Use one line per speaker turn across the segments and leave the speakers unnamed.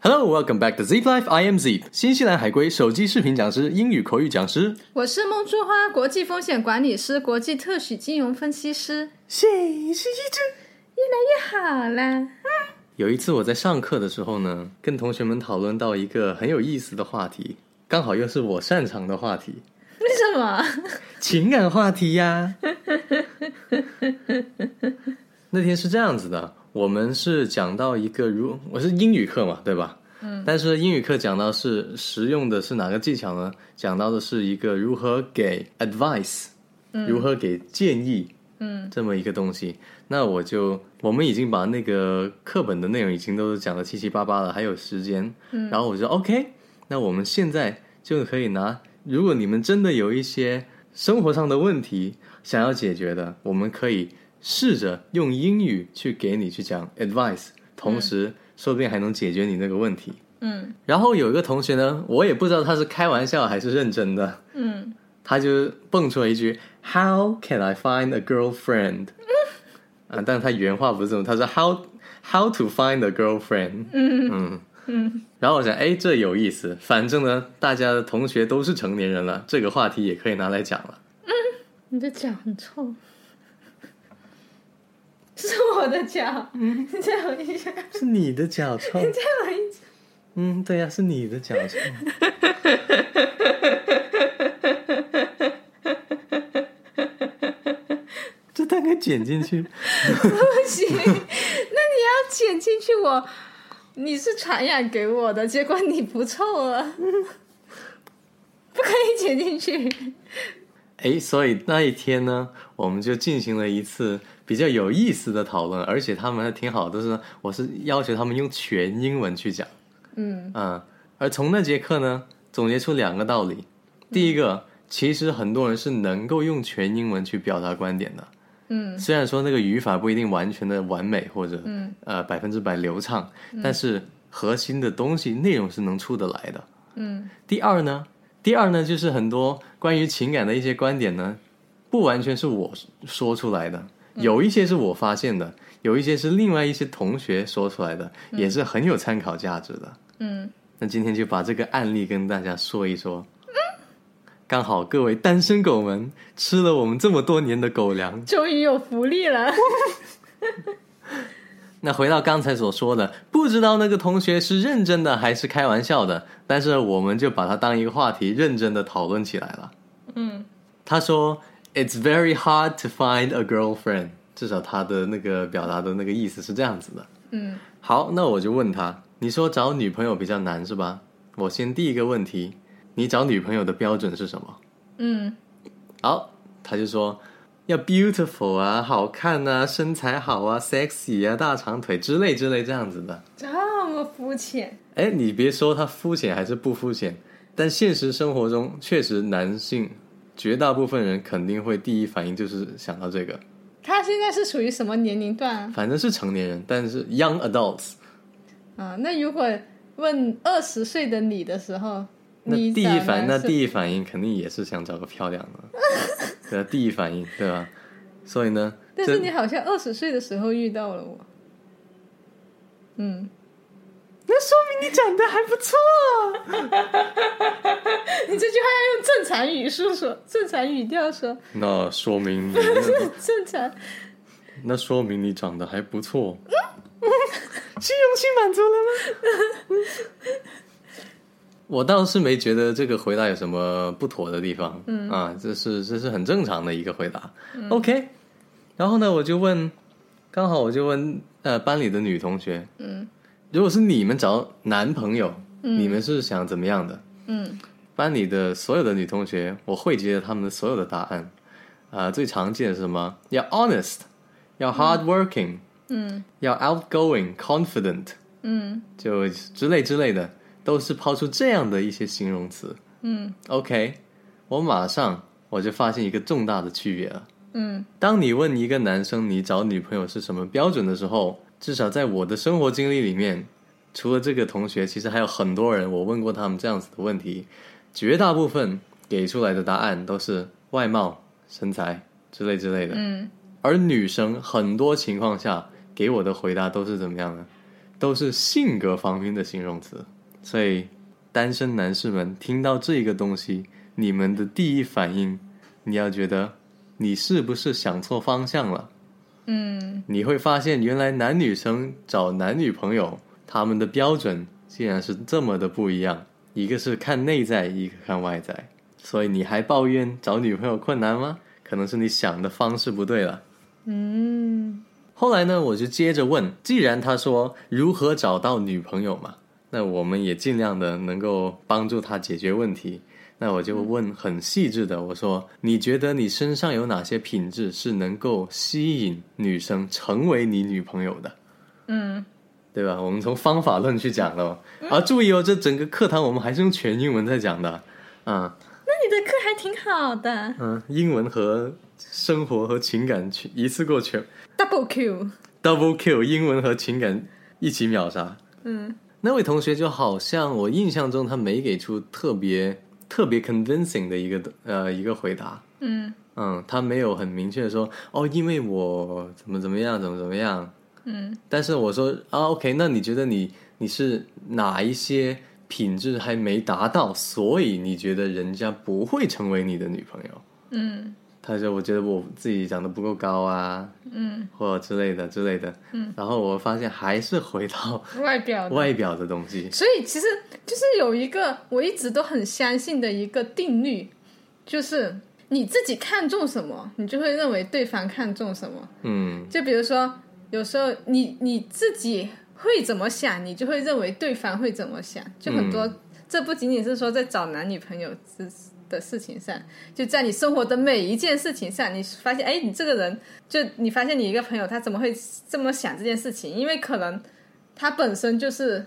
Hello, welcome back to Zip Life. I am Zip，新西兰海龟手机视频讲师、英语口语讲师。
我是梦珠花国际风险管理师、国际特许金融分析师，
谁是一只？
越来越好啦！
有一次我在上课的时候呢，跟同学们讨论到一个很有意思的话题，刚好又是我擅长的话题
为什么？
——情感话题 呀。那天是这样子的，我们是讲到一个如我是英语课嘛，对吧？嗯。但是英语课讲到是实用的是哪个技巧呢？讲到的是一个如何给 advice，、如何给建议。
嗯，
这么一个东西。那我就我们已经把那个课本的内容已经都讲的七七八八了，还有时间。嗯，然后我就 OK，那我们现在就可以拿，如果你们真的有一些生活上的问题想要解决的，我们可以试着用英语去给你去讲 advice，同时说不定还能解决你那个问题。
嗯
然后有一个同学呢，我也不知道他是开玩笑还是认真的，
嗯，
他就蹦出了一句 “How can I find a girlfriend？” 啊，但他原话不是这么，他说 “How how to find a girlfriend？” 嗯嗯然后我想，哎，这有意思。反正呢，大家的同学都是成年人了，这个话题也可以拿来讲了。
你的脚很臭， 是我的脚，嗯，你再闻一下，你
是你的脚臭，
再闻一下，
嗯，对呀、是你的脚 臭。这大概剪进去。
不行， 那你要剪进去我。你是传染给我的，结果你不臭了， 不可以剪进去。
诶，哎所以那一天呢，我们就进行了一次比较有意思的讨论，而且他们还挺好的是呢，我是要求他们用全英文去讲，
嗯
嗯，而从那节课呢，总结出两个道理，第一个，其实很多人是能够用全英文去表达观点的，
嗯
虽然说那个语法不一定完全的完美或者、
嗯
呃百分之百流畅，但是核心的东西内容是能出得来的，
嗯
第二呢，第二呢，就是很多关于情感的一些观点呢，不完全是我说出来的，
嗯
有一些是我发现的，有一些是另外一些同学说出来的，也是很有参考价值的。
嗯，
那今天就把这个案例跟大家说一说。刚好各位单身狗们吃了我们这么多年的狗粮，
终于有福利了。
那回到刚才所说的，不知道那个同学是认真的还是开玩笑的，但是我们就把它当一个话题认真的讨论起来了。
嗯，
他说：“It's very hard to find a girlfriend。”至少他的那个表达的那个意思是这样子的。
嗯
好，那我就问他：“你说找女朋友比较难是吧？”我先第一个问题，你找女朋友的标准是什么？
嗯
好，他就说要 beautiful 啊，好看啊，身材好啊，sexy 啊，大长腿之类之类这样子的。
这么肤浅。
哎，你别说他肤浅还是不肤浅，但现实生活中确实男性绝大部分人肯定会第一反应就是想到这个，
他现在是属于什么年龄段啊？
反正是成年人，但是 young adults，
啊，那如果问二十岁的你的时候，
那
你
第一反那
一
第一反应肯定也是想找个漂亮的， 对啊，第一反应对吧？所以呢，
但
这
是你好像二十岁的时候遇到了我。嗯，
那说明你长得还不错。
你这句话要用正常语速说，正常语调说，
那说明你
正常。
那说明你长得还不错。 虚荣心满足了吗？ 我倒是没觉得这个回答有什么不妥的地方，嗯啊，这是这是很正常的一个回答。OK，然后呢，我就问，刚好我就问呃班里的女同学，
嗯
如果是你们找男朋友，你们是想怎么样的？
嗯
班里的所有的女同学，我汇集了她们的所有的答案。啊、最常见的是什么？要 honest，要 hardworking，、
嗯
要 outgoing，confident，
嗯
就之类之类的，都是抛出这样的一些形容词。
嗯
OK，我马上我就发现一个重大的区别了。
嗯
当你问一个男生你找女朋友是什么标准的时候，至少在我的生活经历里面，除了这个同学，其实还有很多人我问过他们这样子的问题，绝大部分给出来的答案都是外貌、身材之类之类的。
嗯
而女生很多情况下给我的回答都是怎么样呢？都是性格方面的形容词，所以单身男士们听到这个东西，你们的第一反应，你要觉得你是不是想错方向了？
嗯，
你会发现原来男女生找男女朋友，他们的标准竟然是这么的不一样，一个是看内在，一个看外在。所以你还抱怨找女朋友困难吗？可能是你想的方式不对了。
嗯，
后来呢，我就接着问，既然他说如何找到女朋友嘛，那我们也尽量的能够帮助他解决问题。那我就问很细致的，我说你觉得你身上有哪些品质是能够吸引女生成为你女朋友的？
嗯，
对吧？我们从方法论去讲了，啊，注意哦，这整个课堂我们还是用全英文在讲的，啊，
那你的课还挺好的
嗯，英文和生活和情感全一次过全
，Double Q，
double kill，英文和情感一起秒杀。
嗯
那位同学就好像我印象中他没给出特别特别 convincing 的一个呃一个回答，
嗯
嗯，他没有很明确的说哦，因为我怎么怎么样，怎么怎么样。
嗯
但是我说啊，OK，那你觉得你你是哪一些品质还没达到，所以你觉得人家不会成为你的女朋友？
嗯
他说我觉得我自己长得不够高啊，
嗯，
或之类的之类的。
嗯，
然后我发现还是回到
外表的
外表的东西。
所以其实就是有一个我一直都很相信的一个定律，就是你自己看重什么，你就会认为对方看重什么。
嗯
就比如说，有时候你你自己会怎么想，你就会认为对方会怎么想。就很多，这不仅仅是说在找男女朋友之的事情上，就在你生活的每一件事情上，你发现，哎，你这个人，就你发现你一个朋友他怎么会这么想这件事情？因为可能他本身就是。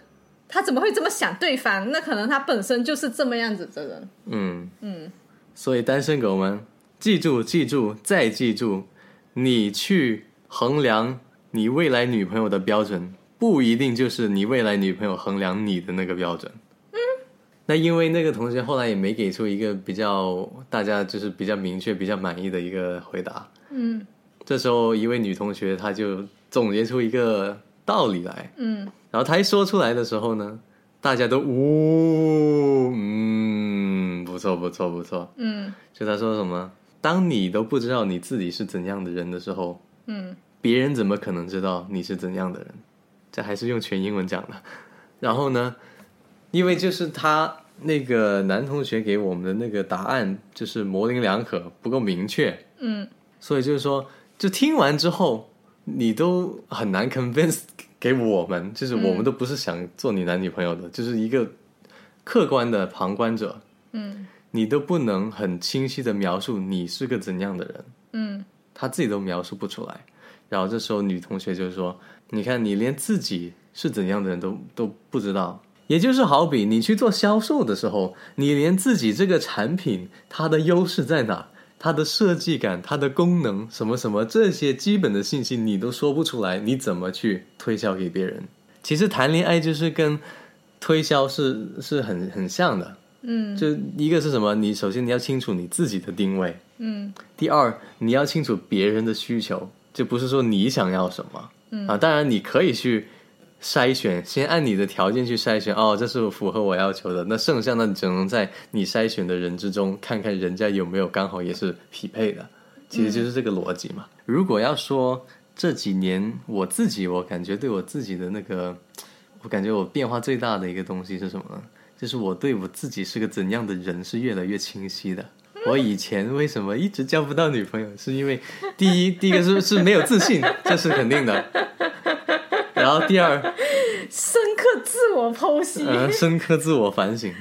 他怎么会这么想对方？那可能他本身就是这么样子的人。
嗯
嗯，
所以单身狗们，记住记住再记住，你去衡量你未来女朋友的标准，不一定就是你未来女朋友衡量你的那个标准。嗯，那因为那个同学后来也没给出一个比较大家就是比较明确、比较满意的一个回答。
嗯
这时候，一位女同学她就总结出一个道理来，
嗯
然后她一说出来的时候呢，大家都呜、嗯，不错不错不错。
嗯
就她说什么，当你都不知道你自己是怎样的人的时候，
嗯
别人怎么可能知道你是怎样的人？这还是用全英文讲的。然后呢，因为就是他那个男同学给我们的那个答案就是模棱两可，不够明确。
嗯
所以就是说，就听完之后，你都很难 convince 给我们，就是我们都不是想做你男女朋友的，就是一个客观的旁观者，
嗯
你都不能很清晰的描述你是个怎样的人，
嗯
他自己都描述不出来。然后这时候女同学就说：“你看，你连自己是怎样的人都都不知道。”也就是好比你去做销售的时候，你连自己这个产品它的优势在哪，它的设计感、它的功能什么什么这些基本的信息你都说不出来，你怎么去推销给别人？其实谈恋爱就是跟推销是是很很像的，
嗯
就一个是什么？你首先你要清楚你自己的定位，
嗯
第二，你要清楚别人的需求，就不是说你想要什么、
嗯
啊。当然，你可以去筛选，先按你的条件去筛选。哦，这是符合我要求的。那剩下那你只能在你筛选的人之中，看看人家有没有刚好也是匹配的。其实就是这个逻辑嘛。如果要说这几年我自己，我感觉对我自己的那个，我感觉我变化最大的一个东西是什么呢？就是我对我自己是个怎样的人是越来越清晰的。我以前为什么一直交不到女朋友，是因为第一，第一个是是没有自信，这是肯定的。然后第二，
深刻自我剖析。
呃，深刻自我反省。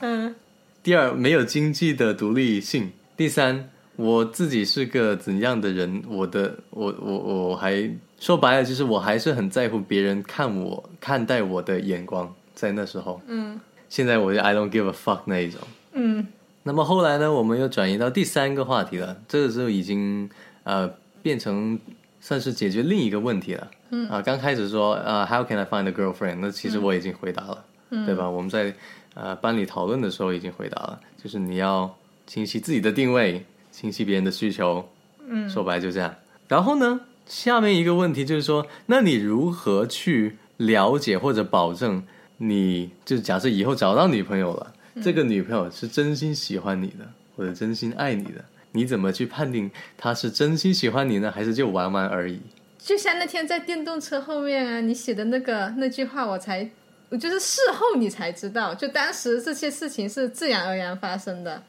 嗯
第二，没有经济的独立性；第三，我自己是个怎样的人，我的我我我还说白了，就是我还是很在乎别人看我看待我的眼光，在那时候，
嗯
现在我就 I don't give a fuck 那一种。
嗯
那么后来呢，我们又转移到第三个话题了，这个时候已经呃变成算是解决另一个问题了。嗯啊、刚开始说呃 How can I find a girlfriend？那其实我已经回答了，对吧？我们在呃班里讨论的时候已经回答了，就是你要清晰自己的定位，清晰别人的需求。
嗯，
说白就这样。然后呢，下面一个问题就是说，那你如何去了解或者保证你，就假设以后找到女朋友了，这个女朋友是真心喜欢你的，或者真心爱你的，你怎么去判定她是真心喜欢你呢，还是就玩玩而已？
就像那天在电动车后面啊，你写的那个那句话，我才，我就是事后你才知道，就当时这些事情是自然而然发生的。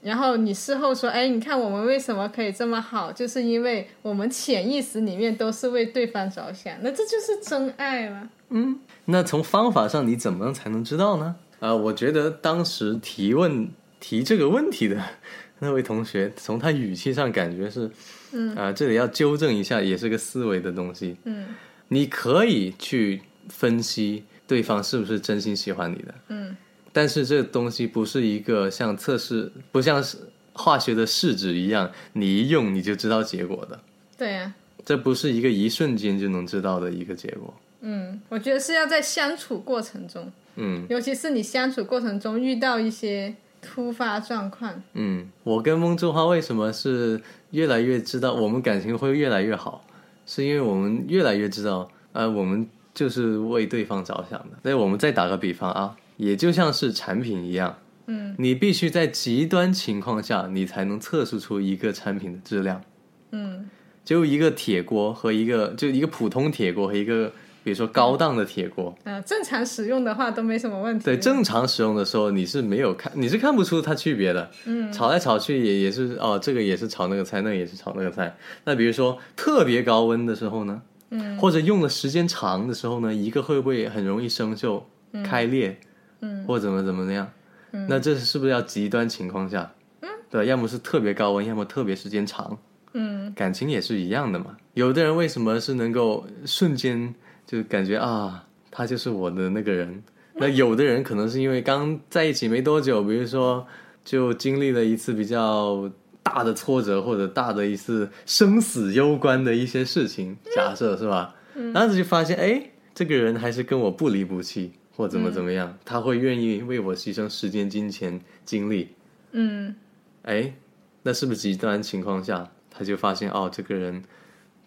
然后你事后说，哎，你看我们为什么可以这么好，就是因为我们潜意识里面都是为对方着想，那这就是真爱了。
那从方法上，你怎么样才能知道呢？啊，我觉得当时提问提这个问题的那位同学，从他语气上感觉是，嗯，啊，这里要纠正一下，也是个思维的东西。
嗯
你可以去分析对方是不是真心喜欢你的，
嗯
但是这东西不是一个像测试，不像是化学的试纸一样，你一用你就知道结果的。
对啊呀、
这不是一个一瞬间就能知道的一个结果。
嗯，我觉得是要在相处过程中，
嗯
尤其是你相处过程中遇到一些突发状况，
嗯，我跟翁志花为什么是越来越知道我们感情会越来越好，是因为我们越来越知道，呃，我们就是为对方着想的。所以我们再打个比方啊，也就像是产品一样，
嗯
你必须在极端情况下，你才能测试出一个产品的质量。
嗯
就一个铁锅和一个就一个普通铁锅和一个比如说高档的铁锅，
呃，正常使用的话都没什么问题。
对正常使用的时候你是没有看你是看不出它区别的。
嗯
炒来炒去也也是哦，这个也是炒那个菜，那个也是炒那个菜。那比如说特别高温的时候呢，
嗯
或者用的时间长的时候呢，一个会不会很容易生锈、开裂，
嗯
或怎么怎么样？那这是不是要极端情况下？对，要么是特别高温，要么特别时间长。
嗯
感情也是一样的嘛。有的人为什么是能够瞬间就感觉啊，他就是我的那个人？那有的人可能是因为刚在一起没多久，比如说就经历了一次比较大的挫折，或者大的一次生死攸关的一些事情，
嗯
假设是吧？然后就发现，哎，这个人还是跟我不离不弃，或怎么
嗯
怎么样，他会愿意为我牺牲时间、金钱、精力，
嗯
哎，那是不是极端情况下，他就发现哦，这个人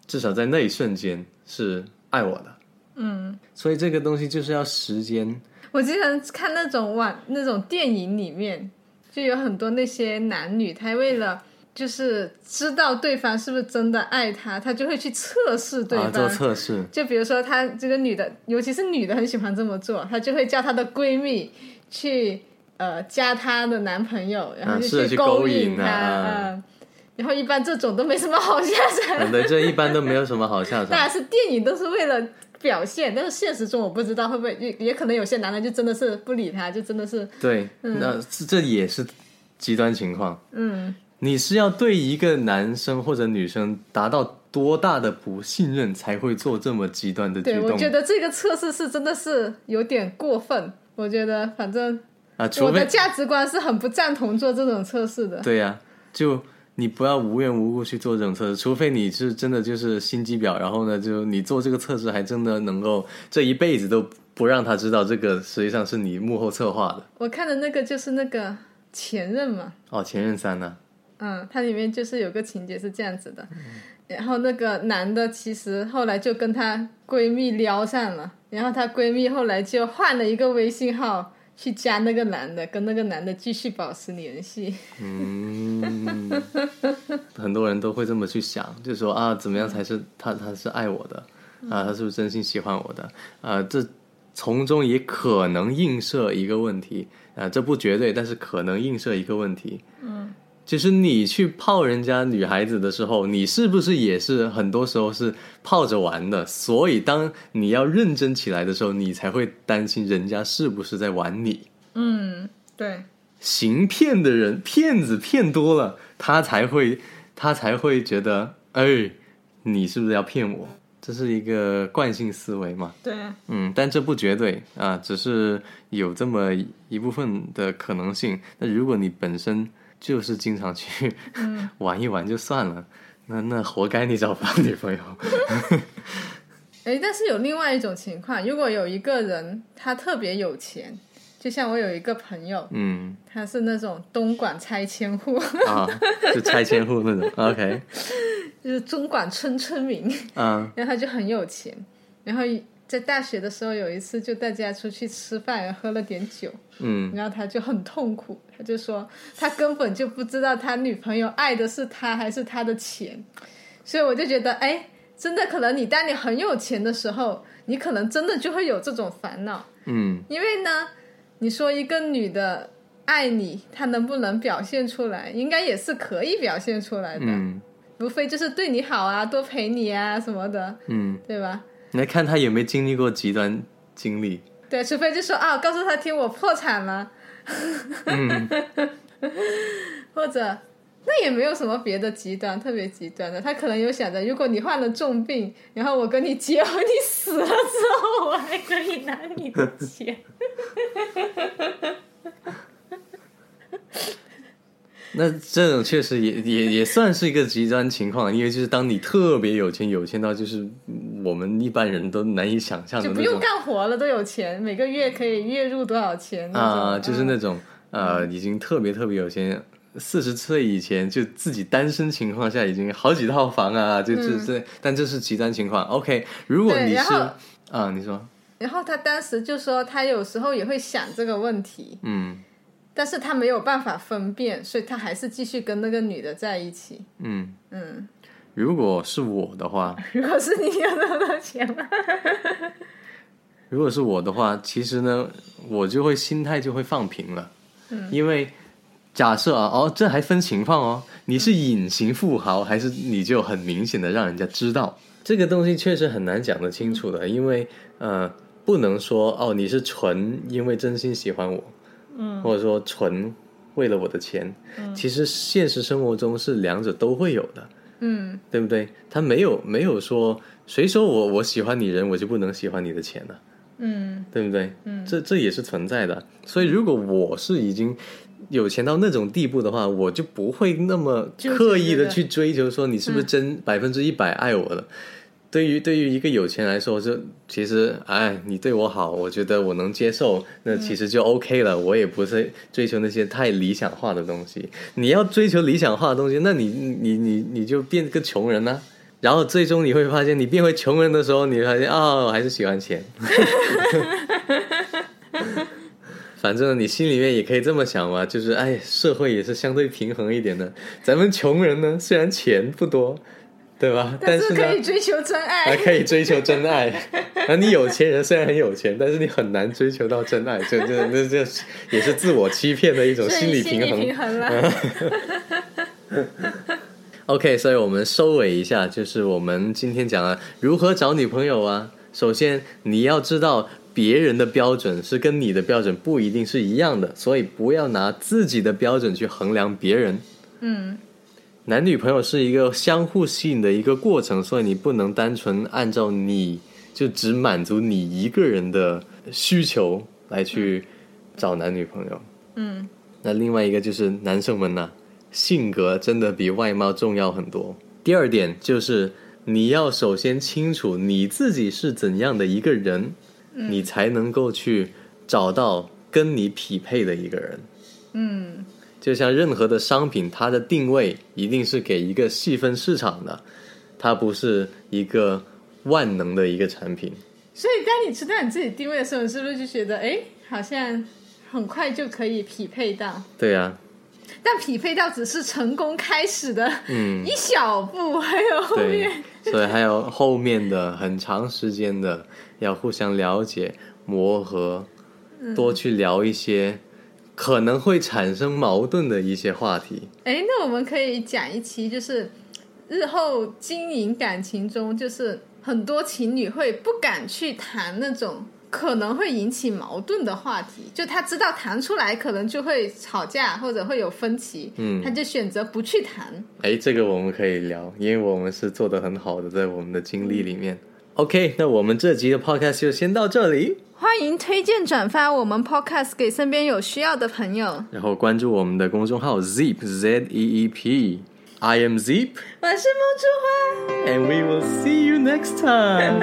至少在那一瞬间是爱我的。
嗯，
所以这个东西就是要时间，
我经常看那种网那种电影里面，就有很多那些男女，他为了。就是知道对方是不是真的爱他，他就会去测试对
啊，
方，
做测试。
就比如说，她这个女的，尤其是女的，很喜欢这么做，她就会叫她的闺蜜去呃加她的男朋友，然后
啊是
就
去
勾
勾引
引她，
啊啊
嗯，然后一般这种都没什么好 下场。
嗯，对，这一般都没有什么好下
当然
场。
是电影都是为了表现，但是现实中我不知道会不会也也可能有些男的就真的是不理她，就真的是
对，那这这也是极端情况。
嗯
你是要对一个男生或者女生达到多大的不信任，才会做这么极端的举
对，
动？
我觉得这个测试是真的是有点过分。我觉得反正
啊，除
我
非
的价值观是很不赞同做这种测试 的。
对呀、就你不要无缘无故去做这种测试，除非你是真的就是心机婊，然后呢，就你做这个测试还真的能够这一辈子都不让他知道这个实际上是你幕后策划的。
我看的那个就是那个前任嘛，
哦，前任三呢、
嗯，它里面就是有个情节是这样子的，然后那个男的其实后来就跟她闺蜜撩上了，然后她闺蜜后来就换了一个微信号去加那个男的，跟那个男的继续保持联系。
嗯，很多人都会这么去想，就说啊，怎么样才是他他是爱我的啊，他是不是真心喜欢我的啊？这从中也可能映射一个问题啊，这不绝对，但是可能映射一个问题。嗯，就是你去泡人家女孩子的时候，你是不是也是很多时候是泡着玩的？所以当你要认真起来的时候，你才会担心人家是不是在玩你。
嗯，对，
行骗的人，骗子骗多了，他才会他才会觉得，哎，你是不是要骗我？这是一个惯性思维嘛。
对，
嗯，但这不绝对啊，只是有这么一部分的可能性。那如果你本身就是经常去、 玩一玩就算了，那那活该你找不到女朋友。
哎，但是有另外一种情况，如果有一个人他特别有钱，就像我有一个朋友，
嗯
他是那种东莞拆迁户，
啊，就拆迁户那种。OK，
就是中管村村民。
嗯
然后他就很有钱，然后在大学的时候有一次，就大家出去吃饭，喝了点酒，
嗯
然后他就很痛苦，他就说他根本就不知道他女朋友爱的是他还是他的钱，所以我就觉得，哎，真的可能你当你很有钱的时候，你可能真的就会有这种烦恼，
嗯
因为呢，你说一个女的爱你，她能不能表现出来，应该也是可以表现出来的，
嗯
无非就是对你好啊，多陪你啊什么的，
嗯，
对吧？
你来看他有没有经历过极端经历？
对，除非就说啊，告诉他听我破产了，
嗯
或者那也没有什么别的极端，特别极端的，他可能有想着，如果你患了重病，然后我跟你结婚，你死了之后，我还可以拿你的钱。
那这种确实也也也算是一个极端情况，因为就是当你特别有钱，有钱到就是我们一般人都难以想象的
就不
那
用
种
干活了，都有钱，每个月可以月入多少钱那种嗯
啊，就是那种呃，已经特别特别有钱，四十岁以前就自己单身情况下已经好几套房啊，就这这，但这是极端情况。OK，如果
嗯对
你
然
是
后
啊，你说，
然后他当时就说，他有时候也会想这个问题，
嗯
但是他没有办法分辨，所以他还是继续跟那个女的在一起。
嗯，
嗯，
如果是我的话，
如果是你有那么多钱吗？
如果是我的话，其实呢，我就会心态就会放平了，嗯，因为假设啊，哦，这还分情况哦，你是隐形富豪，还是你就很明显的让人家知道，嗯嗯这个东西确实很难讲得清楚的，因为呃，不能说哦，你是纯因为真心喜欢我，嗯，或者说纯为了我的钱，其实现实生活中是两者都会有的，
嗯，
对不对？他没有没有说谁说我我喜欢你人，我就不能喜欢你的钱呢、
嗯
对不对？嗯，这这也是存在的。所以如果我是已经有钱到那种地步的话，我就不会那么
纠结
刻意
这
的
个嗯
去追求说你是不是真百分之一百爱我了。对于对于一个有钱来说，就其实哎，你对我好，我觉得我能接受，那
嗯
其实就 OK 了。我也不是追求那些太理想化的东西。你要追求理想化的东西，那你你你你就变个穷人呢、啊然后最终你会发现，你变回穷人的时候，你会发现啊、我还是喜欢钱。反正你心里面也可以这么想嘛，就是哎，社会也是相对平衡一点的。咱们穷人呢，虽然钱不多，对吧？但
但是
呢，
可以追求真
还
爱。
可以追求真 爱。然后你有钱人虽然很有钱，但是你很难追求到真爱，这这这这是也是自我欺骗的一种
所
心理
以
平
心理
衡。嗯
平衡了，
OK，所以我们收尾一下，就是我们今天讲了如何找女朋友啊。首先，你要知道别人的标准是跟你的标准不一定是一样的，所以不要拿自己的标准去衡量别人。
嗯，
男女朋友是一个相互吸引的一个过程，所以你不能单纯按照你就只满足你一个人的需求来去找男女朋友。
嗯，
那另外一个就是男生们呐、性格真的比外貌重要很多。第二点就是你要首先清楚你自己是怎样的一个人，你才能够去找到跟你匹配的一个人。
嗯，
就像任何的商品，它的定位一定是给一个细分市场的，它不是一个万能的一个产品。
所以当你知道你自己定位的时候，你是不是就觉得，哎，好像很快就可以匹配到？
对啊呀、
但匹配到只是成功开始的
嗯
一小步，还有后
对
面，
所以还有后面的很长时间的要互相了解、磨合，多去聊一些可能会产生矛盾的一些话题。
哎，那我们可以讲一期，就是日后经营感情中，就是很多情侣会不敢去谈那种可能会引起矛盾的话题，就他知道谈出来可能就会吵架或者会有分歧，
嗯
他就选择不去谈。
哎，这个我们可以聊，因为我们是做的很好的，在我们的经历里面。OK，那我们这集的 podcast 就先到这里，
欢迎推荐转发我们 Podcast 给身边有需要的朋友。
然后关注我们的公众号 Zeep Z E E P。I am Zeep,
我是梦之花，
and we will see you next time.